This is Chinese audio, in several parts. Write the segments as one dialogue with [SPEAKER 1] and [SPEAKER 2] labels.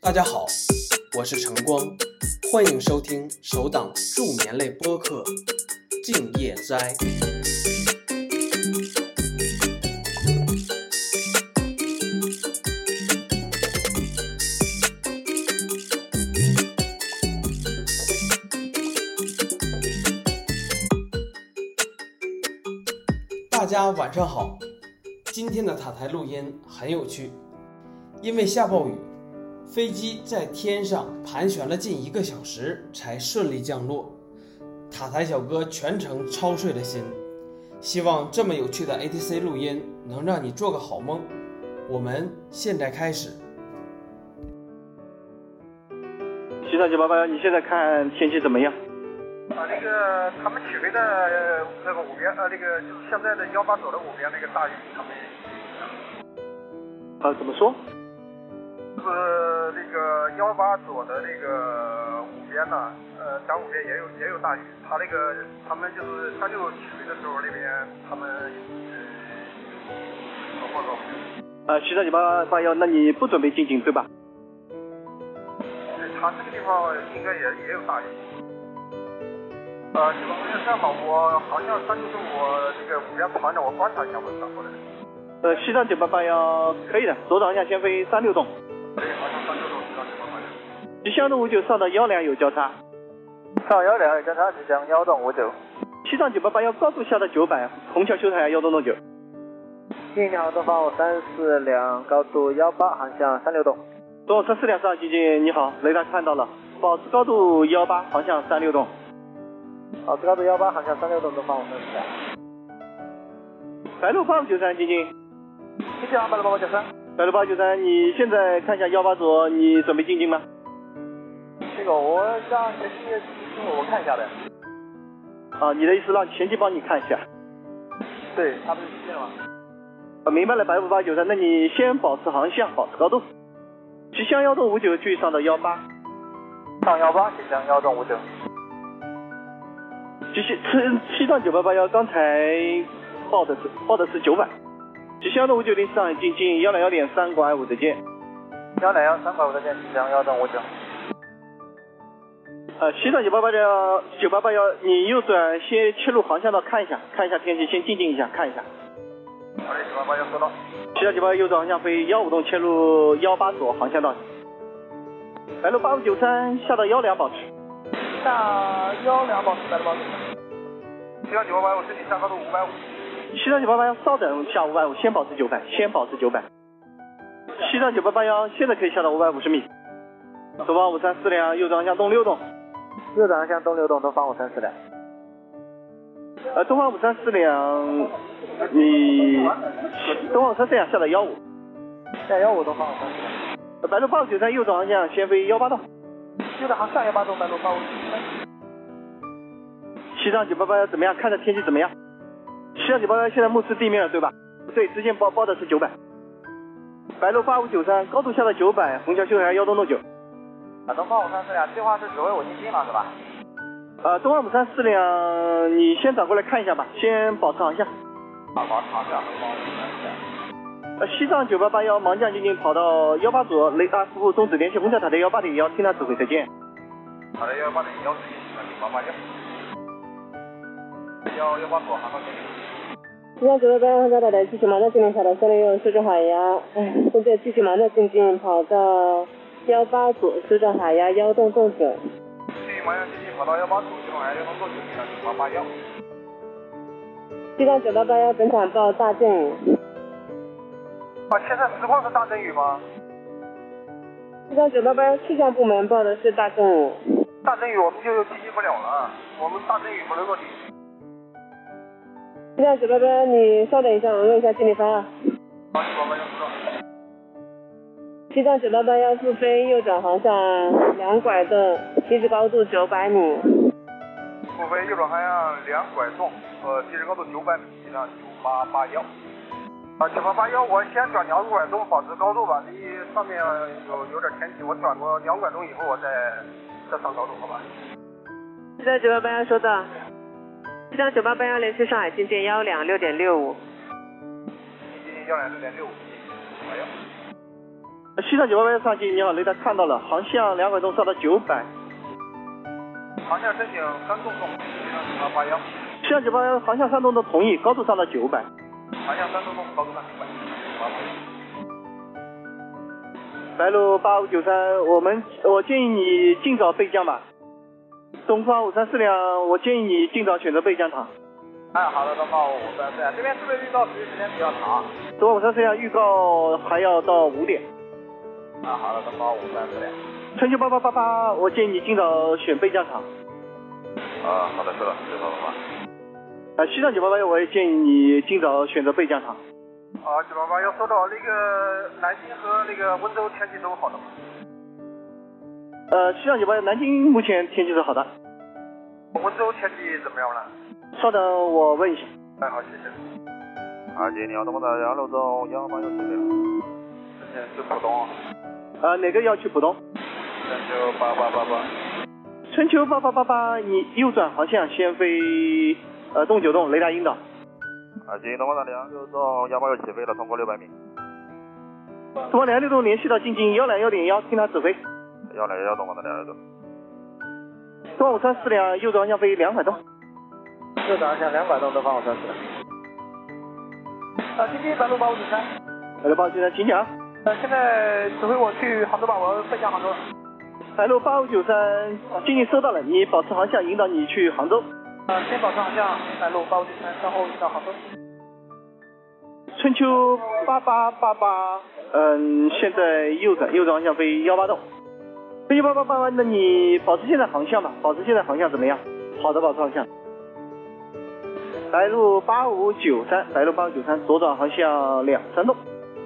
[SPEAKER 1] 大家好，我是晨光，欢迎收听首档助眠类播客《静夜斋》。大家晚上好，今天的塔台录音很有趣，因为下暴雨，飞机在天上盘旋了近一个小时才顺利降落。塔台小哥全程操碎了心，希望这么有趣的 ATC 录音能让你做个好梦。我们现在开始。
[SPEAKER 2] 七三九八八，你现在看天气怎么样？
[SPEAKER 3] 把啊那个他们起飞的呃那个五边呃那个就是现在的幺八九的五边那个大鱼，他们
[SPEAKER 2] 啊，怎么说？
[SPEAKER 3] 就是那个幺八九的那个五边呢，呃咱五边也有也有大鱼，他那个他们就是他就起飞的时候那边他们呃报告，
[SPEAKER 2] 啊，七三九八八幺，那你不准备进京对吧？
[SPEAKER 3] 呃他这个地方应该也也有大鱼。呃，你们是这样吧，我好像上就是我这个五边团长，我观察一下我转过来。
[SPEAKER 2] 呃，七三九八八幺可以的，左转向先飞三六栋，
[SPEAKER 3] 对，好像上就是我知道你们好像。
[SPEAKER 2] 吉祥的五九上到幺两有交叉，
[SPEAKER 4] 上幺两交叉吉祥幺栋五九，
[SPEAKER 2] 七三九八八幺高度下到九百，虹桥秀台幺栋栋九，
[SPEAKER 4] 进鸟东方五三四两，高度幺八，航向三六栋。
[SPEAKER 2] 东三四两上基金你好，雷达看到了，保持高度幺八，航向三六栋，
[SPEAKER 4] 保持高度幺八，航向三六栋东方五三四两。
[SPEAKER 2] 白鹭八五九三基金，
[SPEAKER 4] 谢谢啊，八六八八九三，
[SPEAKER 2] 白鹭八九三，你现在看一下幺八左，你准备进京吗？
[SPEAKER 4] 这个我让前期师傅我看一下呗。
[SPEAKER 2] 啊，你的意思让前期帮你看一下。
[SPEAKER 4] 对，他不是进了吗？
[SPEAKER 2] 啊，明白了，白五八九三，那你先保持航向，保持高度。吉祥幺栋五九距上到幺八，
[SPEAKER 4] 上幺八，吉祥幺栋五九。
[SPEAKER 2] 吉祥七七上九八八幺，刚才报的是报的是九百。吉祥幺栋五九零上海进近幺两幺点三拐五再见。
[SPEAKER 4] 幺两幺三百五再见，吉祥幺栋五九。
[SPEAKER 2] 呃，七上九八八幺九八八幺，你右转先切入航向道看一下，看一下天气，先静静一下看一下。
[SPEAKER 3] 好嘞，九八八幺收到。
[SPEAKER 2] 七上九八右转航向飞幺五栋切入幺八左航向道。白路八五九三下到幺两保持。
[SPEAKER 4] 下幺两保持白六八九
[SPEAKER 3] 七幺九八八，我申请下高度五百五。
[SPEAKER 2] 七三九八八幺稍等下五百五，先保持九百，先保持九百。七三九八八幺现在可以下到五百五十米。左八五三四零啊右转向东六栋，
[SPEAKER 4] 右转向东六栋东方五三四两。
[SPEAKER 2] 呃，东方五三四零，你东方五三四零下到幺五，
[SPEAKER 4] 下幺五东方五三四两。
[SPEAKER 2] 呃白鹭八五九三右转向先飞幺八栋，
[SPEAKER 4] 右转航向幺八栋白路八五九三。
[SPEAKER 2] 七三九八八幺怎么样？看着天气怎么样？七三九八八幺现在目视地面了对吧？对，之前报报的是九百。白鹭八五九三高度下到九百，虹桥秀台幺栋栋九。
[SPEAKER 4] 啊，东方五三四两，计划是只为我进京了是吧？
[SPEAKER 2] 呃，东二五三四两，你先转过来看一下吧，先保持航向。
[SPEAKER 4] 好，保持航向东方五三四两。
[SPEAKER 2] 呃，西藏九八八幺盲降进近跑到幺八左，雷达服务终止，联系虹桥塔的幺八点幺，听他指挥，再见。
[SPEAKER 3] 好嘞，幺八零幺四一七九八八幺。幺幺八左航道接近。
[SPEAKER 5] 今天九月八号下到的继续忙着进行下的三六六苏州海牙，哎，现在继续忙着进近跑到幺八组苏州海牙幺洞洞九，
[SPEAKER 3] 继续麻将接近跑道幺八左，机动海幺八左九三九八八幺。
[SPEAKER 5] 西藏九八八幺本场报大阵雨，
[SPEAKER 3] 啊，现在实况是大阵雨吗？
[SPEAKER 5] 西藏九八八幺气象部门报的是大阵雨，
[SPEAKER 3] 大阵雨我们就接近不了了，我们大阵雨不能够离。
[SPEAKER 5] 西藏九八八幺你稍等一下，我问一下经理方啊案。
[SPEAKER 3] 好，九八八幺知道。
[SPEAKER 5] 西藏九八八幺速飞右转航向两拐洞，起始高度九百米，
[SPEAKER 3] 复飞右转航向两拐洞，呃，起始高度九百米以上，九八八幺。啊，九八八幺，我先转两拐洞，保持高度吧。这上面有有点天气，我转过两拐洞以后，我再再上高度，好吧？
[SPEAKER 5] 西藏九八八幺收到，西藏九八八幺联系上海进近幺两六点六五。
[SPEAKER 3] 接近幺两六点六五，哎呀，
[SPEAKER 2] 呃西藏九八八幺上行，你好，雷达看到了，航向两拐洞上到九百，
[SPEAKER 3] 航向申请三栋洞，西藏九八八幺，
[SPEAKER 2] 西藏九八幺航向山洞都同意，高度上到九百，
[SPEAKER 3] 航向三栋洞，高度三九百，完了。
[SPEAKER 2] 白鹭八五九三，我们我建议你尽早备降吧。东方五三四两，我建议你尽早选择备降塔。
[SPEAKER 3] 哎，好的，东方五三四，这边是不是遇到持续时间比较长？
[SPEAKER 2] 东方五三四两预告还要到五点。
[SPEAKER 3] 啊，好的，东方五三四。
[SPEAKER 2] 春秋八八八八，我建议你尽早选备降塔。
[SPEAKER 3] 啊，好的，知道，知道了吗？
[SPEAKER 2] 呃，西藏九八八幺，我也建议你尽早选择备降塔。
[SPEAKER 3] 啊，九八八幺收到，那个南京和那个温州天气都好的吗？
[SPEAKER 2] 呃，西藏九八幺，南京目前天气是好的。
[SPEAKER 3] 温州天气怎么样了？
[SPEAKER 2] 稍等，我问一下。
[SPEAKER 3] 哎，好，谢谢。
[SPEAKER 6] 二啊姐，你好，东方的幺六中幺八幺七六，
[SPEAKER 3] 嗯，是浦东，
[SPEAKER 2] 呃，哪个要去浦东？
[SPEAKER 3] 三九八八八八。
[SPEAKER 2] 春秋八八八八，你右转航向先飞呃东九洞雷达引导。
[SPEAKER 6] 二姐，东方的幺六中幺八幺起飞了，通过六百米，
[SPEAKER 2] 东方两六洞联系到静静幺两幺点幺，听他指挥。
[SPEAKER 6] 幺零幺东方的幺六中，
[SPEAKER 2] 东方五三四两右转向飞两百洞。
[SPEAKER 4] 右转向两拐洞，东方五三四。
[SPEAKER 3] 啊，今天白路八五九三。
[SPEAKER 2] 呃，报局长，请讲。
[SPEAKER 3] 呃，现在指挥我去杭州吧，我奔向杭州了。
[SPEAKER 2] 白路八五九三，静静收到了，你保持航向，引导你去杭州。
[SPEAKER 3] 呃，先保持航向，白路八五九三，然后到杭州。
[SPEAKER 2] 春秋八八八八，嗯，现在右转右转航向飞幺八洞。春秋八八八八，那你保持现在航向吧，保持现在航向怎么样？好的，保持航向。白路八五九三，白路八五九三，左转航向两三洞。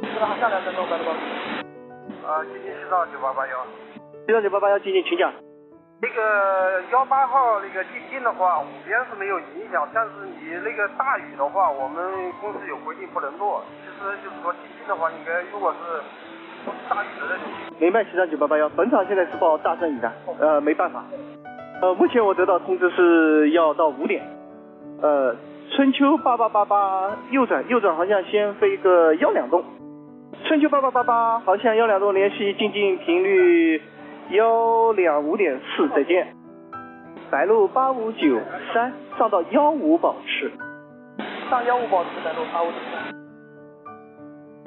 [SPEAKER 3] 知道航向两分钟，白路八五。啊，今天是到九八八幺。
[SPEAKER 2] 七幺九八八幺，静静，请讲。
[SPEAKER 3] 那个幺八号那个地震的话，五边是没有影响，但是你那个大雨的话，我们公司有规定不能做。其实就是说地震的话，应该如果是大雨的那种，
[SPEAKER 2] 明白，七三九八八幺。本场现在是报大阵雨的，呃，没办法。呃，目前我得到通知是要到五点。呃，春秋八八八八右转右转航向先飞个幺两洞。春秋八八八八航向幺两洞联系进近频率幺两五点四，再见。白鹭八五九三上到幺五保持。
[SPEAKER 3] 上幺五保持白路八五九三。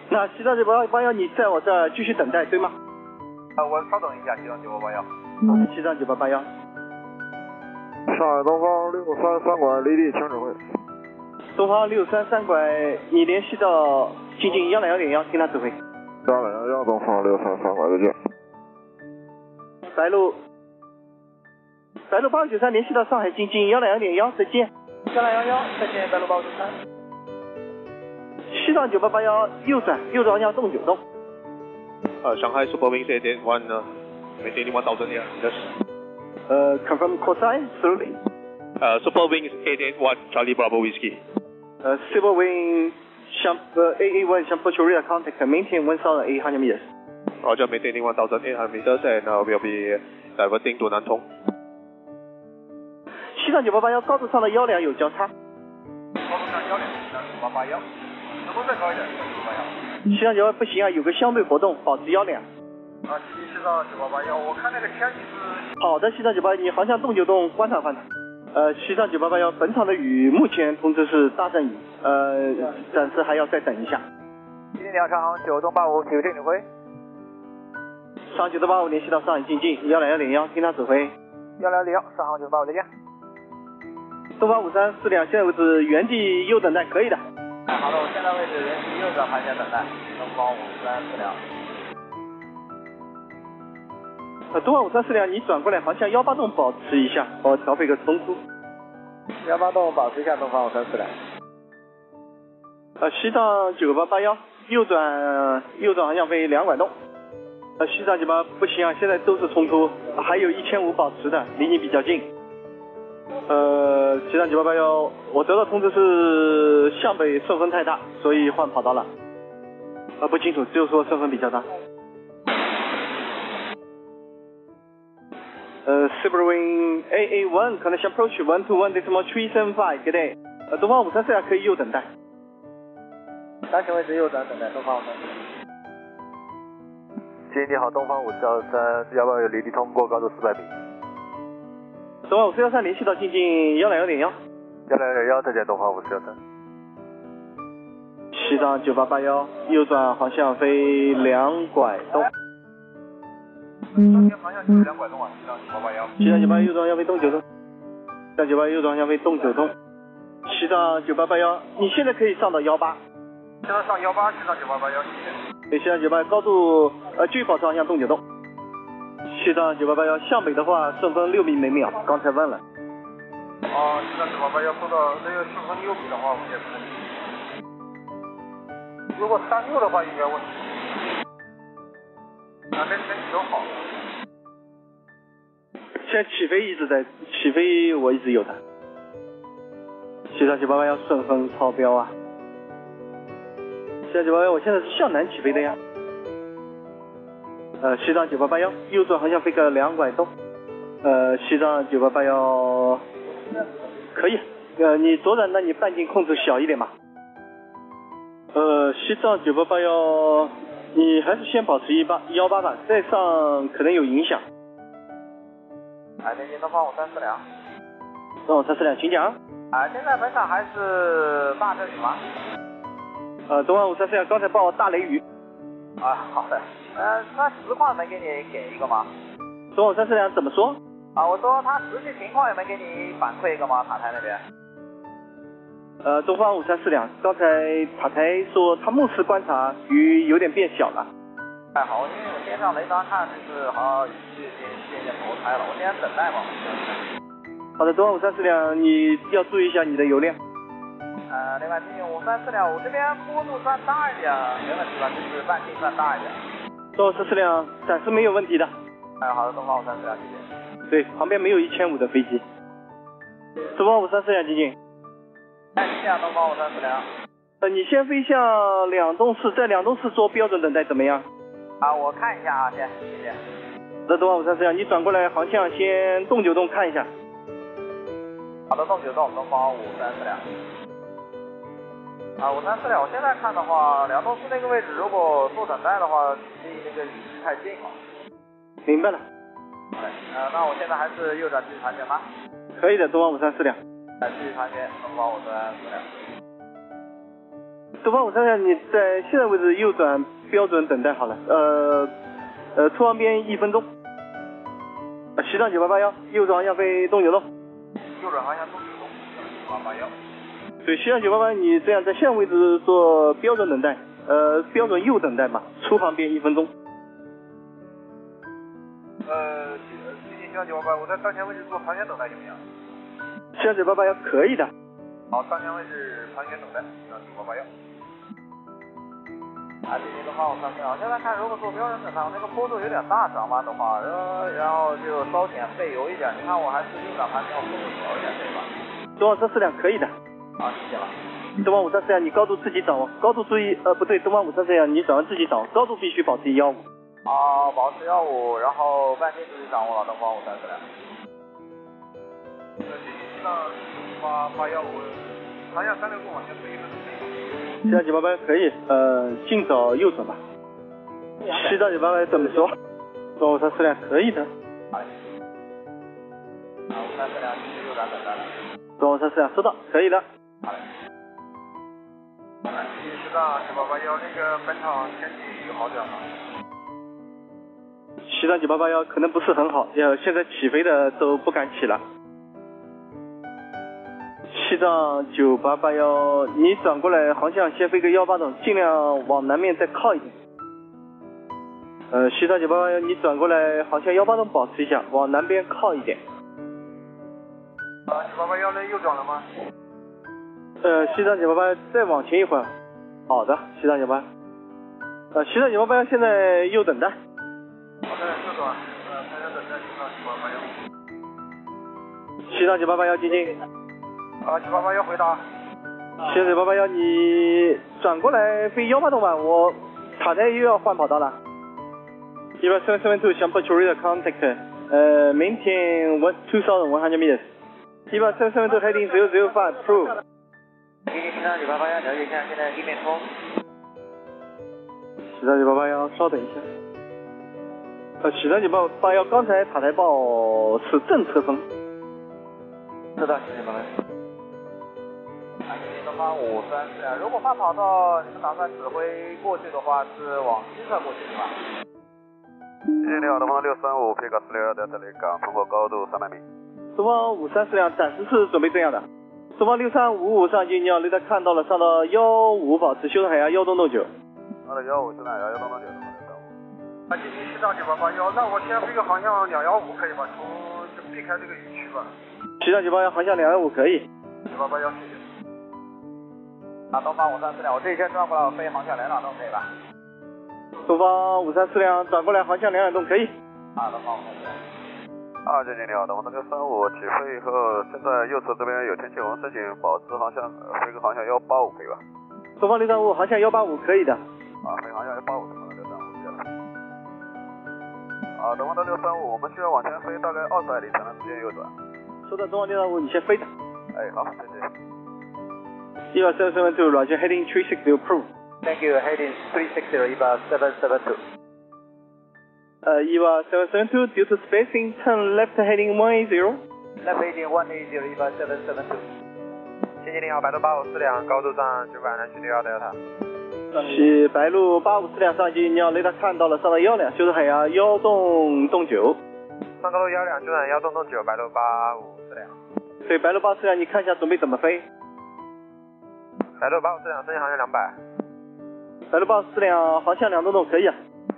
[SPEAKER 2] 那七三九八八幺，你在我这儿继续等待，对吗？
[SPEAKER 3] 啊，我稍等一下，机长九八八幺。
[SPEAKER 2] 嗯，七三九八八幺。
[SPEAKER 6] 上海东方六三三拐离地请指挥，
[SPEAKER 2] 东方六三三拐，你联系到静静幺两幺点幺，听他指挥。
[SPEAKER 6] 幺零幺幺东方六三三拐再见，
[SPEAKER 2] 白鹭，白鹭八五九三联系到上海静静幺两幺点幺，再见。
[SPEAKER 3] 幺零幺幺，再见，白路八五九三。
[SPEAKER 2] 西藏九八八幺右转，右转向洞九洞。
[SPEAKER 7] Uh, Shanghai Super Wings 881, uh, maintaining 1000 here. Yes.
[SPEAKER 2] 呃，confirm call sign slowly。
[SPEAKER 7] Uh, Super Wings 881, Charlie Bravo Whiskey.
[SPEAKER 2] 呃，silver wing champ 呃 A A one champ Korea contact maintain one thousand eight hundred meters。
[SPEAKER 7] Roger, maintaining 1800 meters, and uh, we'll be diverting to Nantong.
[SPEAKER 2] 西藏九八八幺高度上的幺两有交叉，
[SPEAKER 3] 高度上幺零九八八幺，能不能再高一点？九八幺。
[SPEAKER 2] 西藏九八不行啊，有个相对活动，保持幺两。
[SPEAKER 3] 啊，今天是到九八八幺，我看那个天气是
[SPEAKER 2] 好的，西藏九八，你航向洞九洞观察观察。呃，西藏九八八幺，本场的雨目前通知是大阵雨，呃，暂时还要再等一下。
[SPEAKER 4] 今天你好，长航九栋八五，九正指挥。
[SPEAKER 2] 上九八八五联系到上海静静幺两幺零幺，听他指挥。
[SPEAKER 4] 幺零零幺，上航九八五，再见。
[SPEAKER 2] 东方五三四两，现在为止原地右等待，可以的。
[SPEAKER 4] 哎，好的，
[SPEAKER 3] 哦
[SPEAKER 4] 我现在位置原地右转航向等待，东方五三四两。
[SPEAKER 2] 呃，东方五三四两，你转过来航向幺八洞保持一下，我调配个中枢。
[SPEAKER 4] 幺八栋保持一下，东方五三四两。
[SPEAKER 2] 呃，西藏九八八幺，右转右转航向飞两拐洞。呃，西藏九八不行啊，现在都是冲突，还有一千五保持的，离你比较近。呃，西藏九八八幺，我得到通知是向北顺风太大，所以换跑道了。呃，不清楚，只有说顺风比较大。呃，Sibering AA One Connection Approach One to One Decimal Three Seven Five Good Day。呃，东方五三四啊，可以右等待。
[SPEAKER 4] 当前位置右转等待，东方五三四。
[SPEAKER 6] 经你好，东方五四二三幺八九离地通过高度四百米，
[SPEAKER 2] 东方五四幺三联系到静静幺两幺点幺，
[SPEAKER 6] 幺零零幺再见，东方五四幺三。
[SPEAKER 2] 西藏九八八幺，右转航向飞两拐东，
[SPEAKER 6] 当天航向就是两拐东啊，西藏九八八幺。
[SPEAKER 2] 西藏九八右转向飞东九东，西藏九八右转向飞东九东，西藏九八八幺，你现在可以上到幺八，
[SPEAKER 6] 现在上幺八，西藏九八八幺，谢谢。
[SPEAKER 2] 对，西藏九八高度呃继续保持航向东九东，西藏九八八幺向北的话顺风六米每秒，刚才问了。
[SPEAKER 6] 哦，西藏九八八幺收到，那个顺风六米的话，我们也不能理解。如果三六的话，应该问题。啊，那天气都好。
[SPEAKER 2] 现在起飞一直在起飞，我一直有它。西藏九八八幺顺风超标啊！西藏九八幺，我现在是向南起飞的呀。呃，西藏九八八幺右转航向飞个两拐东。呃，西藏九八八幺可以。呃，你左转，那你半径控制小一点吧。呃，西藏九八八幺，你还是先保持一八幺八吧，再上可能有影响。
[SPEAKER 4] 海天津东方五三四两。
[SPEAKER 2] 让我三四两，请讲。
[SPEAKER 4] 啊，现在本场还是大阵雨吗？
[SPEAKER 2] 呃，东方五三四幺刚才报大雷雨。
[SPEAKER 4] 啊，好的。呃，那实况能给你给一个吗？
[SPEAKER 2] 东方五三四两怎么说？
[SPEAKER 4] 啊，我说他实际情况有没有给你反馈一个吗？塔台那边。
[SPEAKER 2] 呃，东方五三四两刚才塔台说他目视观察鱼有点变小了。
[SPEAKER 4] 哎，好，因为我今天上雷达看就是好像雨季已经接近头胎了，我今天等待嘛。
[SPEAKER 2] 好的，东方五三四两你要注意一下你的油量。
[SPEAKER 4] 呃，另外今天五三四两，我这边坡度算大一点，没问题吧？就是半径算大一点。
[SPEAKER 2] 东方五三四两暂时没有问题的，
[SPEAKER 4] 哎，好的，东方五三四两，谢谢。
[SPEAKER 2] 对，旁边没有一千五的飞机。东方五三四两，静静，
[SPEAKER 4] 哎，谢谢啊东方五三四两。
[SPEAKER 2] 呃，你先飞向两栋四，在两栋四做标准等待怎么样？
[SPEAKER 4] 啊，我看一下啊，先，谢谢。
[SPEAKER 2] 那东方五三四两，你转过来航向先动九动看一下。
[SPEAKER 4] 好的，动九动，东方五三四两。啊，五三四两，我现在看的话，梁栋四那个位置，如果做等待的话，离那个雨势太近了。
[SPEAKER 2] 明白了，
[SPEAKER 4] 好嘞，呃，那我现在还是右转继续盘旋吧，
[SPEAKER 2] 可以的，东方五三四两。
[SPEAKER 4] 呃，继续盘旋，东方五三四两。
[SPEAKER 2] 东方五三三，你在现在位置右转标准等待好了，呃呃，出航边一分钟。呃西藏九八八幺，右转要飞东九路。
[SPEAKER 6] 右转航向东九东，九八八幺。
[SPEAKER 2] 对，西藏九八八，你这样在现在位置做标准等待，呃，标准右等待吧，出航边一分钟。
[SPEAKER 6] 呃，最近西藏九八八，我在当前位置做盘旋等待行不行？
[SPEAKER 2] 西藏九八八幺可以的，
[SPEAKER 6] 好，当前位置盘旋等待，西藏九八八幺。
[SPEAKER 4] 啊，这些东方五三四两，我现在看如果做标准等待，我那个坡度有点大，转弯的话，然后然后就稍显费油一点。你看我还是右转盘旋，我坡度小一点，对吧？
[SPEAKER 2] 东方三四两可以的，
[SPEAKER 4] 好，谢谢了。
[SPEAKER 2] 东方五三四两你高度自己掌握，高度注意，呃，不对，东方五三四两你转弯自己掌握，高度必须保持幺五。
[SPEAKER 4] 啊，保持幺五，然后半径自己掌握了，东方五三四两。
[SPEAKER 6] 呃，最近西藏九八八幺，我航向三六共往前飞一分钟。
[SPEAKER 2] 西藏九八八可以，呃，尽早右转吧。西藏九八八怎么说？东五三四两可以的，
[SPEAKER 4] 啊，五三四两，继续右转等待了。
[SPEAKER 2] 东五三四两收到，可以的。
[SPEAKER 6] 最近西藏九八八幺，那个本场天气有好点吗？
[SPEAKER 2] 西藏九八八幺可能不是很好，呃，现在起飞的都不敢起了。西藏九八八幺，你转过来航向先飞个幺八栋，尽量往南面再靠一点。呃，西藏九八八幺，你转过来航向幺八栋保持一下，往南边靠一点。
[SPEAKER 6] 啊，九八八幺那右转了吗？
[SPEAKER 2] 呃，西藏九八八再往前一会儿。好的，西藏九八。呃，西藏九八八现在右等待。
[SPEAKER 6] 我在右转，呃，盘旋等待西藏九八八幺。
[SPEAKER 2] 西藏九八八幺晶晶，
[SPEAKER 6] 啊，九八八幺回答。
[SPEAKER 2] 西藏九八八幺，你转过来飞幺八栋吧，我塔台又要换跑道了。Eva seven seven two, Shampa Chorida contact. Uh, maintain one two thousand one hundred meters. Eva seven seven two heading zero zero five, prove.
[SPEAKER 4] 一零七三九八八幺，了解一下现在地面风。
[SPEAKER 2] 西藏九八八幺，稍等一下。呃，喜三九八八幺，刚才塔台报是正车风，
[SPEAKER 4] 知道，谢谢各位。南京的话，五三四，呃如果慢跑道你们打算指挥过去的话，是往西侧过去是吧？
[SPEAKER 3] 西宁好，东方六三五，皮卡四六幺德特雷港，通过高度三百米。
[SPEAKER 2] 东方五三四辆暂时是准备这样的。东方六三五五上去，你要雷达看到了，上到幺五保持修正海峡幺东六九。
[SPEAKER 3] 二六幺五，现在幺幺东东九，东方六三五。
[SPEAKER 6] 啊，进行西藏九八八幺，那我先飞个航向两幺五可以吧？从就避开这个雨区吧。
[SPEAKER 2] 西藏九八幺航向两幺五可以。
[SPEAKER 6] 九八八幺，谢谢。
[SPEAKER 4] 啊，东方五三四两，我这一圈转过来，我飞航向两两洞可以吧？
[SPEAKER 2] 东方五三四辆转过来航向两两洞可以。
[SPEAKER 4] 啊，东方五三四两。
[SPEAKER 3] 二九零零好，东方六三五，起飞以后，现在右侧这边有天气红申请保持航向，呃飞个航向幺八五可以吧？
[SPEAKER 2] 东方六三五航向幺八五可以的。
[SPEAKER 3] 啊，飞航向幺八五，东方六三五，谢了。啊，东方的六三五，我们需要往前飞大概二十海里才能直接右转。
[SPEAKER 2] 收到东方六三五，你先飞它。
[SPEAKER 3] 哎，好，谢谢。
[SPEAKER 2] EVA 772, roger, heading 360 approved.
[SPEAKER 4] Thank you, heading 360, about 772.
[SPEAKER 2] Uh, EVA 772, due to spacing, turn left heading 180.
[SPEAKER 4] Left heading 180, about 772.
[SPEAKER 3] 天津零号，白鹭八五四两，高度上九百南区六幺德塔。
[SPEAKER 2] 是白鹭八五四两上机，你要雷达看到了，上到幺两，修正海洋幺洞洞九。
[SPEAKER 3] 上高度幺两，就转幺洞洞九，白鹭八五四两。
[SPEAKER 2] 对，白鹭八四两，你看一下准备怎么飞。
[SPEAKER 3] 白鹭八五四两，申请航向两百，
[SPEAKER 2] 白鹭八四两航向两洞洞可以啊。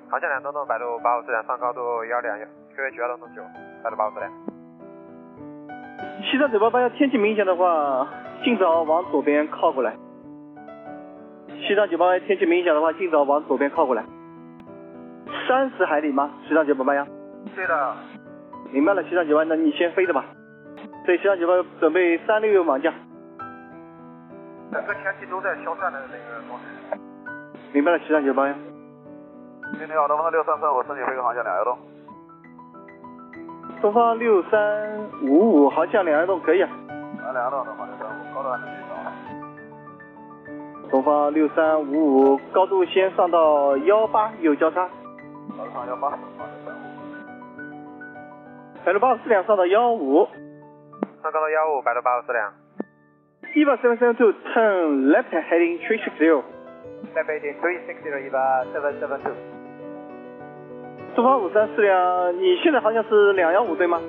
[SPEAKER 3] 航向两洞洞，白鹭八五四两，上高度幺两，QH 幺洞洞九，白鹭八五四两。
[SPEAKER 2] 西藏九八八幺天气明显的话，尽早往左边靠过来。西藏九八八幺天气明显的话，尽早往左边靠过来。三十海里吗？西藏九八八幺。
[SPEAKER 6] 对的，
[SPEAKER 2] 明白了，西藏九八，那你先飞着吧。对，西藏九八准备三六六盲降。
[SPEAKER 6] 整个天气都在消散的那个状态。
[SPEAKER 2] 明白了，西藏九八幺。
[SPEAKER 3] 天津零号，东方六三三五，申请飞行航向两幺洞。
[SPEAKER 2] 东方六三五五航向两岸洞可以啊。
[SPEAKER 3] 啊，两幺洞，东方六三五，高度还没去到。
[SPEAKER 2] 东方六三五五高度先上到幺八有交叉，
[SPEAKER 3] 高度上幺八，东方六三五。
[SPEAKER 2] 白鹭八四两上到幺五。
[SPEAKER 3] 上高度幺五，白鹭八五四两。
[SPEAKER 2] Eva seven seven two turn left heading three six zero。
[SPEAKER 4] Left heading 360, about 772.
[SPEAKER 2] 东方五三四两，你现在航向是两幺五对吗？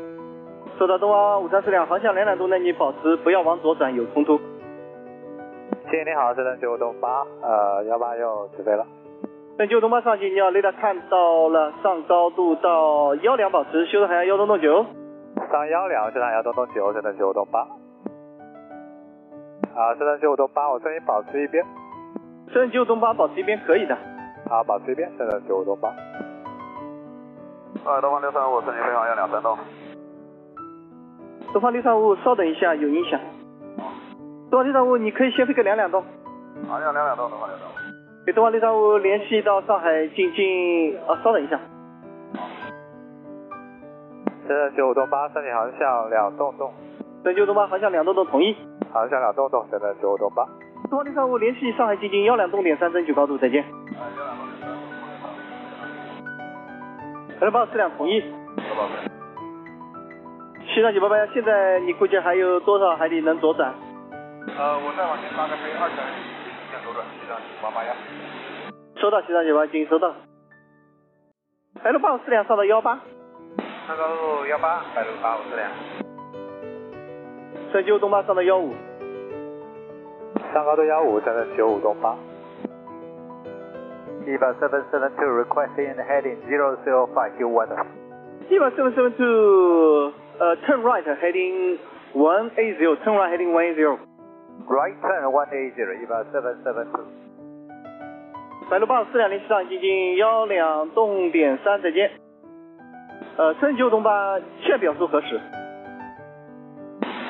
[SPEAKER 2] 收到，东方五三四两航向两两度，那你保持不要往左转，有冲突。
[SPEAKER 4] 谢谢你好，是的，九东八，呃，幺八又起飞了。
[SPEAKER 2] 那就东方上行，你要雷达看到了，上高度到幺两保持，修正海洋幺洞洞九。
[SPEAKER 4] 上幺两，现在幺东东九，现在九东八。啊，现在九东八，我声音保持一边。
[SPEAKER 2] 深圳九东八保持一边可以的。
[SPEAKER 4] 啊，保持一边，现在九东八。
[SPEAKER 3] 呃，东方六三五，申请飞行航向两三洞。
[SPEAKER 2] 东方六三五，稍等一下，有影响。东方六三五，你可以先飞个两两洞。
[SPEAKER 3] 航啊向两两洞，东方六三五。
[SPEAKER 2] 给东方六三五联系到上海进近啊，稍等一下。
[SPEAKER 4] 现在九东八，申请航向两洞洞，
[SPEAKER 2] 深圳东八航向两洞洞同意。
[SPEAKER 4] 航向两洞洞，现在九东八。
[SPEAKER 2] 东方六三五联系上海进近幺两洞点三升九高度，再见。二八四两同意。西藏九八八幺，现在你估计还有多少海里能左转？
[SPEAKER 6] 呃，我再往前大概飞二十海里，向左转，西藏九八八幺。
[SPEAKER 2] 收到，西藏九八经收到。L 八四两上到幺八，
[SPEAKER 6] 上高度幺八，白鹭八五四两。
[SPEAKER 2] 深圳东八上到幺五。
[SPEAKER 4] 上高度幺五，现在九五东八。Eva seven seven two requesting heading zero zero five to weather.
[SPEAKER 2] Eva 772, uh, turn right heading 180, turn right heading 180.
[SPEAKER 4] Right turn one eight zero. Eva seven seven two.
[SPEAKER 2] 白鹭八四两零西藏进近幺两动点三，再见。呃，深九东八现表速核实，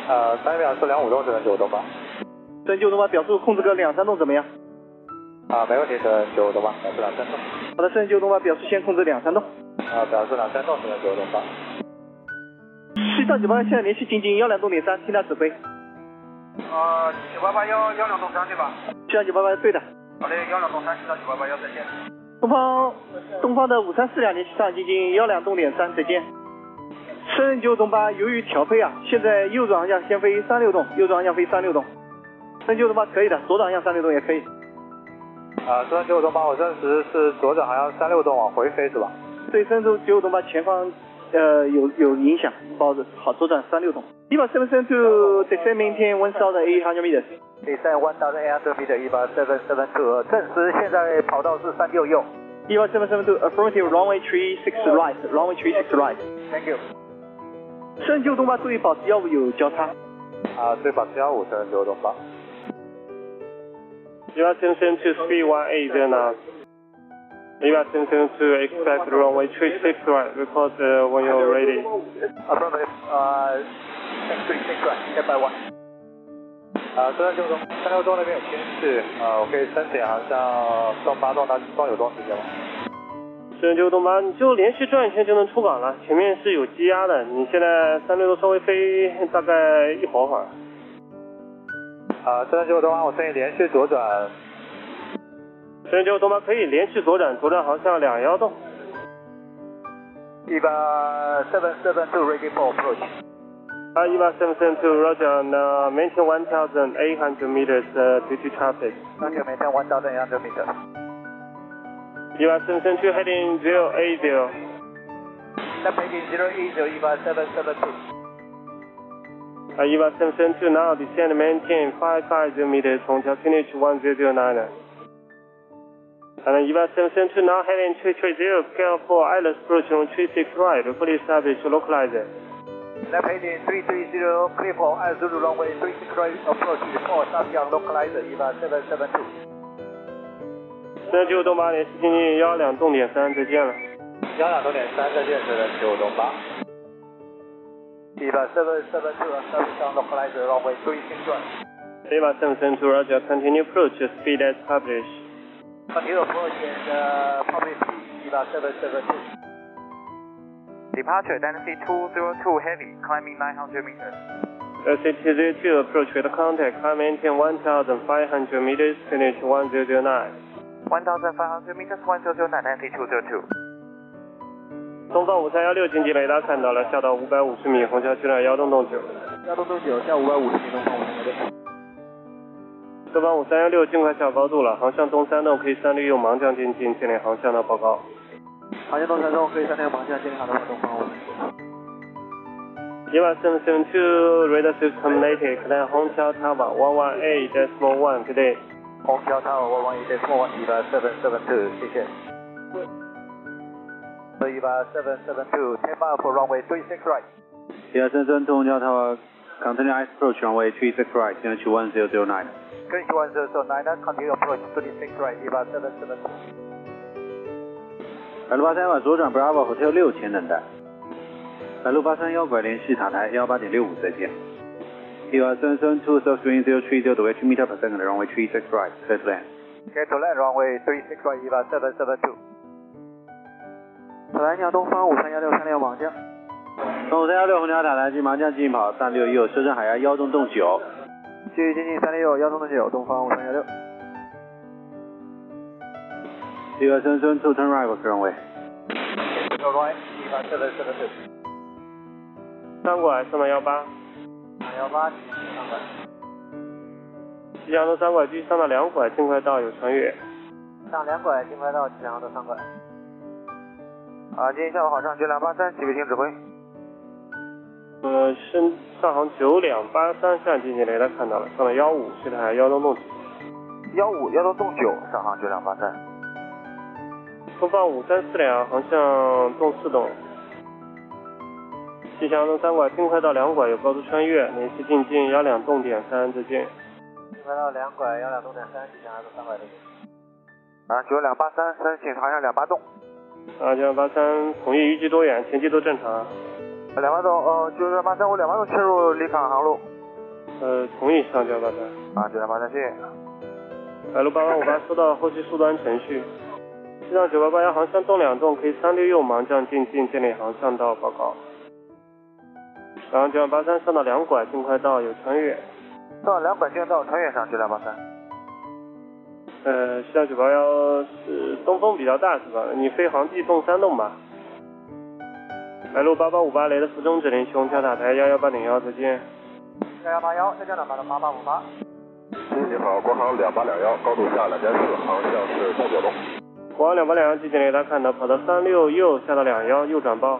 [SPEAKER 4] 呃，三
[SPEAKER 3] 啊
[SPEAKER 4] 秒是两五洞，只能九五洞吧？
[SPEAKER 2] 深九东八表速控制个两三动怎么样？
[SPEAKER 4] 啊，没问题，只能九五洞吧？表示两三洞。
[SPEAKER 2] 好的，深九东八表速先控制两三动。
[SPEAKER 4] 啊，表示两三洞，只能九五洞吧？
[SPEAKER 2] 西藏九八现在联系进近幺两动点三，听他指挥。
[SPEAKER 6] 啊，九八八幺幺两洞三对吧？
[SPEAKER 2] 西藏九八八对的。
[SPEAKER 6] 好嘞，幺两洞三，西藏九八八幺，再见。
[SPEAKER 8] 东方东方的五三四两联系上基金幺两动点三，再见。深圳九栋八，由于调配啊，现在右转航向先飞三六栋，右转航向飞三六栋。深圳九栋八可以的，左转航向三六栋也可以。
[SPEAKER 3] 啊，深圳九五东八，我暂时是左转，好像三六栋往回飞是吧？
[SPEAKER 8] 对深圳九栋八前方呃有有影响，不好意思，好左转三六栋。Eva seven seven two descend maintain one thousand eight hundred meters。
[SPEAKER 3] 你在 one thousand eight hundred meter 一八 seven seven two，暂呃时现在跑道是三六右。
[SPEAKER 8] Eva seven seven two affirmative runway three six right runway three six right。
[SPEAKER 3] Thank you。
[SPEAKER 8] 深圳九栋八注意保持幺五有交叉。
[SPEAKER 3] 啊，对，保持幺五，深圳九五东八。
[SPEAKER 2] Eva seven seven two three one eight then uh. Eva seven seven two expect runway three six right. Report uh, when you're ready.
[SPEAKER 3] Affirmative. Uh, three six right. Step by one. 啊，三六栋，三六栋那边有天气，啊，我可以申请好像到八栋到到九栋之间吗？
[SPEAKER 2] 深圳九栋八，你就连续转一圈就能出港了。前面是有积压的，你现在三六栋稍微飞大概一会儿会儿。
[SPEAKER 3] 啊，深圳九五东八，我申请连续左转。
[SPEAKER 2] 深圳九五东八可以连续左转，左转航向两幺栋。
[SPEAKER 3] 一八 seven seven two ready for approach。
[SPEAKER 2] Uh, Eva 772, roger, and uh, maintain 1,800 meters uh, due to traffic.
[SPEAKER 3] Roger, maintain 1,800 meters.
[SPEAKER 2] Eva 772 heading 080.
[SPEAKER 3] Step heading 080, Eva 772.
[SPEAKER 2] Uh, Eva 772 now descend maintain 550 meters from altitude 1009. And uh, Eva 772 now heading 330, scale for island approach on 36 right, fully established localizer.
[SPEAKER 3] Left heading 330, clear for Azulu runway 36 right approach, report Samyang localizer, Eva 772.
[SPEAKER 2] 深九东八联系经济幺两动点三，再见了。
[SPEAKER 3] 幺两多点三，再见，深圳九东八。Eva 772, Samyang localizer runway 36 right.
[SPEAKER 2] Eva 772 roger, continue approach, speed as published.
[SPEAKER 3] Continue approach and uh, public speed, Eva 772.
[SPEAKER 9] Departure Dynasty 202 Heavy, climbing 900 meters.
[SPEAKER 2] Uh, CT02 approach with contact, climb maintain 1500 meters, finish 1009.
[SPEAKER 9] 1500 meters, 1009 Dynasty 202.
[SPEAKER 2] 东方五三幺六经济雷达看到了，下到五百五十米，虹桥区段幺洞洞九。
[SPEAKER 3] 幺东东九，下五百五十米，东方五三六。
[SPEAKER 2] 东方五三幺六尽快下高度了，航向东三洞可以三绿右盲降进近，建立航向的报告。
[SPEAKER 3] 航线东三东可以三六盲向，建立好的往东方五。
[SPEAKER 2] Eva 772 radar system native, connect Hongqiao Tower 118 decimal one today.
[SPEAKER 3] 虹桥 tower 我往一点错往一八 seven seven two，谢谢。所以吧，seven seven two ten mile for runway three six right。
[SPEAKER 4] Yeah, Shenzhen to Hongqiao Tower, continue ice approach runway 36 right, Unit 1009.
[SPEAKER 3] 跟去完之后，nine continue approach three six right，一八 seven seven two。
[SPEAKER 4] 白鹭八三幺左转 Bravo Hotel 六，请等待。白鹭八三幺拐联系塔台幺八点六五，再见。You are Shenzhen to South Green 030 direct meter per second, runway 36 right, set land.
[SPEAKER 3] Get to land runway three six right，一八 seven seven two。
[SPEAKER 8] 本来鸟东方五三幺六三六往降，
[SPEAKER 4] 东五三幺六虹桥塔台及麻将进跑三六右，车身海压幺洞洞九。
[SPEAKER 8] 继续接近三六幺幺东九东方五三幺六。
[SPEAKER 4] You are Shenzhen to turn right, runway.
[SPEAKER 3] Get to right，一八 seven seven two。
[SPEAKER 2] 三拐三百幺八，
[SPEAKER 3] 幺八，上来。
[SPEAKER 2] 吉祥东三拐居上到两拐，尽快到有穿越。
[SPEAKER 3] 上两拐，尽快到吉祥的上拐。啊，今天下午好，上学两八三，起飞请指挥。
[SPEAKER 2] 呃，深上航九两八三下进近雷达看到了，上到幺五，去台幺洞洞九。
[SPEAKER 3] 幺五幺六栋九，上航九两八三。
[SPEAKER 2] 东方五三四两航向洞四洞。吉祥东三拐尽快到两拐，有高度穿越，联系进近幺两洞点三，再见。
[SPEAKER 3] 尽快到两拐幺两栋点三，吉祥二三拐六。啊，九两八三，申请航向两八栋。
[SPEAKER 2] 啊，九两八三，同意预计多远？前期都正常。
[SPEAKER 3] 两八栋，呃，九两八三，我两八栋切入离港航路。
[SPEAKER 2] 呃，同意上九两八三。
[SPEAKER 3] 啊，九两八三，谢谢。
[SPEAKER 2] 白鹭八八五八收到，后续速端程序。西藏九八八幺航向东两栋，可以三六右盲降进近，建立航向道报告。然后九两八三上到两拐，尽快到有穿越。
[SPEAKER 3] 到两拐就到穿越上，九两八三。
[SPEAKER 2] 呃，西藏九八幺是东东风比较大是吧？你飞航地动三动吧。白鹭八八五八雷的福中指令西虹桥塔台幺幺八零幺，再见。
[SPEAKER 4] 幺幺八幺，再见了，马龙八八五八。
[SPEAKER 10] 你好，国航两八两幺，高度下两千四，航向是东九龙。
[SPEAKER 2] 国航两八两幺，机警雷达看到，跑到三六右下到两幺，右转报。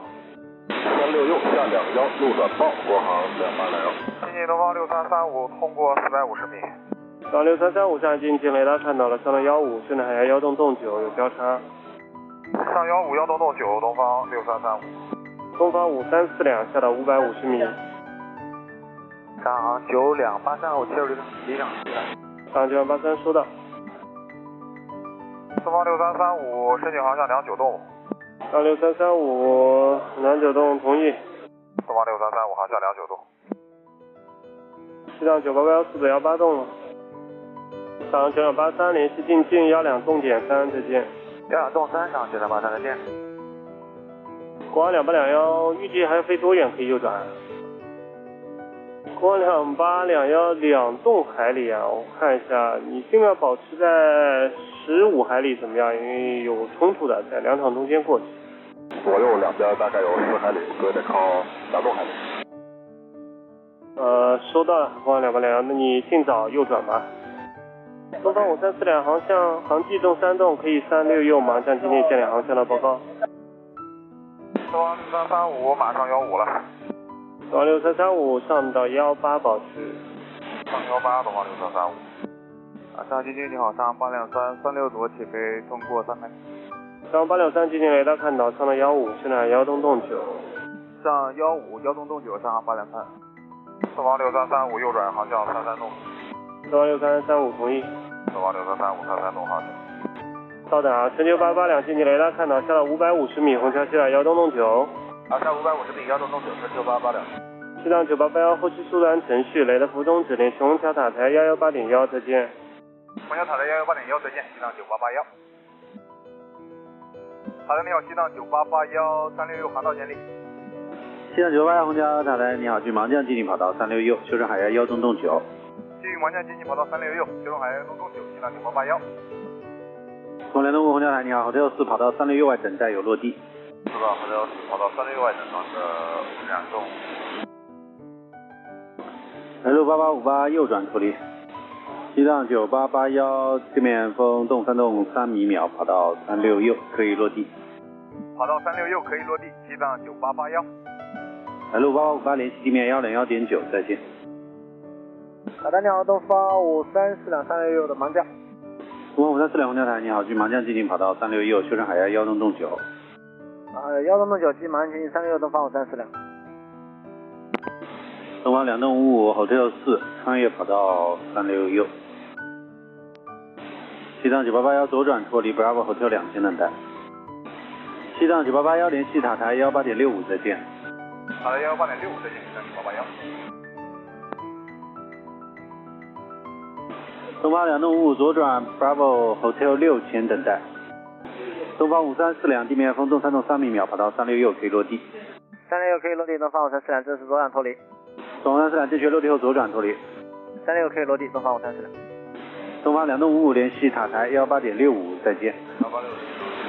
[SPEAKER 10] 三六右下两幺，右转报，国航两八两幺。
[SPEAKER 3] 经济东方六三三五，通过四百五十米。
[SPEAKER 2] 到六三三五上进，进雷达看到了上到幺五，顺着海峡幺洞洞九有交叉。
[SPEAKER 3] 上幺五幺洞洞九，东方六三三五。
[SPEAKER 2] 东方五三四两下到五百五十米。
[SPEAKER 4] 上航九两八三五七六零机长。
[SPEAKER 2] 上九两八三收到。
[SPEAKER 3] 东方六三三五，申请航向两九洞五。
[SPEAKER 2] 上六三三五两九洞同意。
[SPEAKER 3] 东方六三三五航向两九洞。
[SPEAKER 2] 西藏九八八幺四九幺八洞了。上九两八三联系进近幺两纵点三，再见。
[SPEAKER 4] 幺两纵三上九两八三，再见。
[SPEAKER 2] 国航两八两幺，预计还要飞多远可以右转？国航两八两幺两栋海里啊，我看一下，你尽量保持在十五海里怎么样？因为有冲突的，在两场中间过去。
[SPEAKER 10] 左右两边大概有十海里，所以得靠两栋海里。
[SPEAKER 2] 呃，收到了，国航两八两幺，那你尽早右转吧。东方五三四两航向航迹中山洞，可以三六右盲向今天建两航向的报告。
[SPEAKER 3] 东方六三三五马上幺五了。
[SPEAKER 2] 东方六三三五上到幺八保持。
[SPEAKER 3] 上幺八，东方六三三五。啊，上基金你好，上八两三三六左起飞，通过三排。
[SPEAKER 2] 上八两三基金雷达看到，上到幺五，现在幺洞洞九。
[SPEAKER 3] 上幺五幺洞洞九，上八两三。东方六三三五右转航向三三洞。
[SPEAKER 2] 东方六三三五同意。
[SPEAKER 3] 东方六三三五三三东航
[SPEAKER 2] 到达全球八八两，近地雷达看到，下到五百五十米，虹桥西来幺洞洞九。
[SPEAKER 3] 啊，下五百五十米，幺洞洞九，全球八八两。
[SPEAKER 2] 西藏九八八幺，后期速单程序，雷达服中指令，虹桥塔台幺幺八点幺，再见。
[SPEAKER 3] 虹桥塔台幺幺八点幺，再见。西藏九八八幺。好的，你好，西藏九八八幺，三六六航道建立。
[SPEAKER 11] 西藏九八幺，虹桥塔台，你好，据盲降进行跑道三六右，修正海峡幺洞洞九。
[SPEAKER 3] 基于盲降进行跑道三六六，九龙海东东九西南九八八幺。
[SPEAKER 11] 中联东部虹桥台，你好，虹桥四跑道三六右外整带有落地。
[SPEAKER 10] 是吧？虹桥四跑道三六右外整上的两栋。
[SPEAKER 11] L 八八五八右转处理。西藏九八八幺地面风动三动三米秒，跑道三六右可以落地。
[SPEAKER 3] 跑道三六右可以落地，西藏九八八幺。
[SPEAKER 11] L 八八五呃八联系地面幺零幺点九，再见。
[SPEAKER 4] 好的，你好，东方五三四两三六右的盲降。
[SPEAKER 11] 东方五三四两虹桥台，你好，距盲降进近跑道三六右，修正海峡幺洞洞九。
[SPEAKER 4] 啊，幺洞洞九，距盲降进近三六右，东方五三四两。
[SPEAKER 11] 东方两栋五五，hotel 四，穿越跑道三六右。西藏九八八幺左转脱离 Bravo hotel 两，请等待。西藏九八八幺联系塔台幺八点六五，再见。
[SPEAKER 3] 好的，幺八点六五，再见，西藏九八八幺。
[SPEAKER 11] 东方两栋五五左转，Bravo Hotel 六，请等待。东方五三四两地面风动三动三米秒，跑道三六右可以落地。
[SPEAKER 4] 三六右可以落地，东方五三四两正式左转脱离。
[SPEAKER 11] 东方三四两正确落地后左转脱离。
[SPEAKER 4] 三六右可以落地，东方五三四两。
[SPEAKER 11] 东方两栋五五联系塔台幺八点六五，再见。
[SPEAKER 10] 幺八六。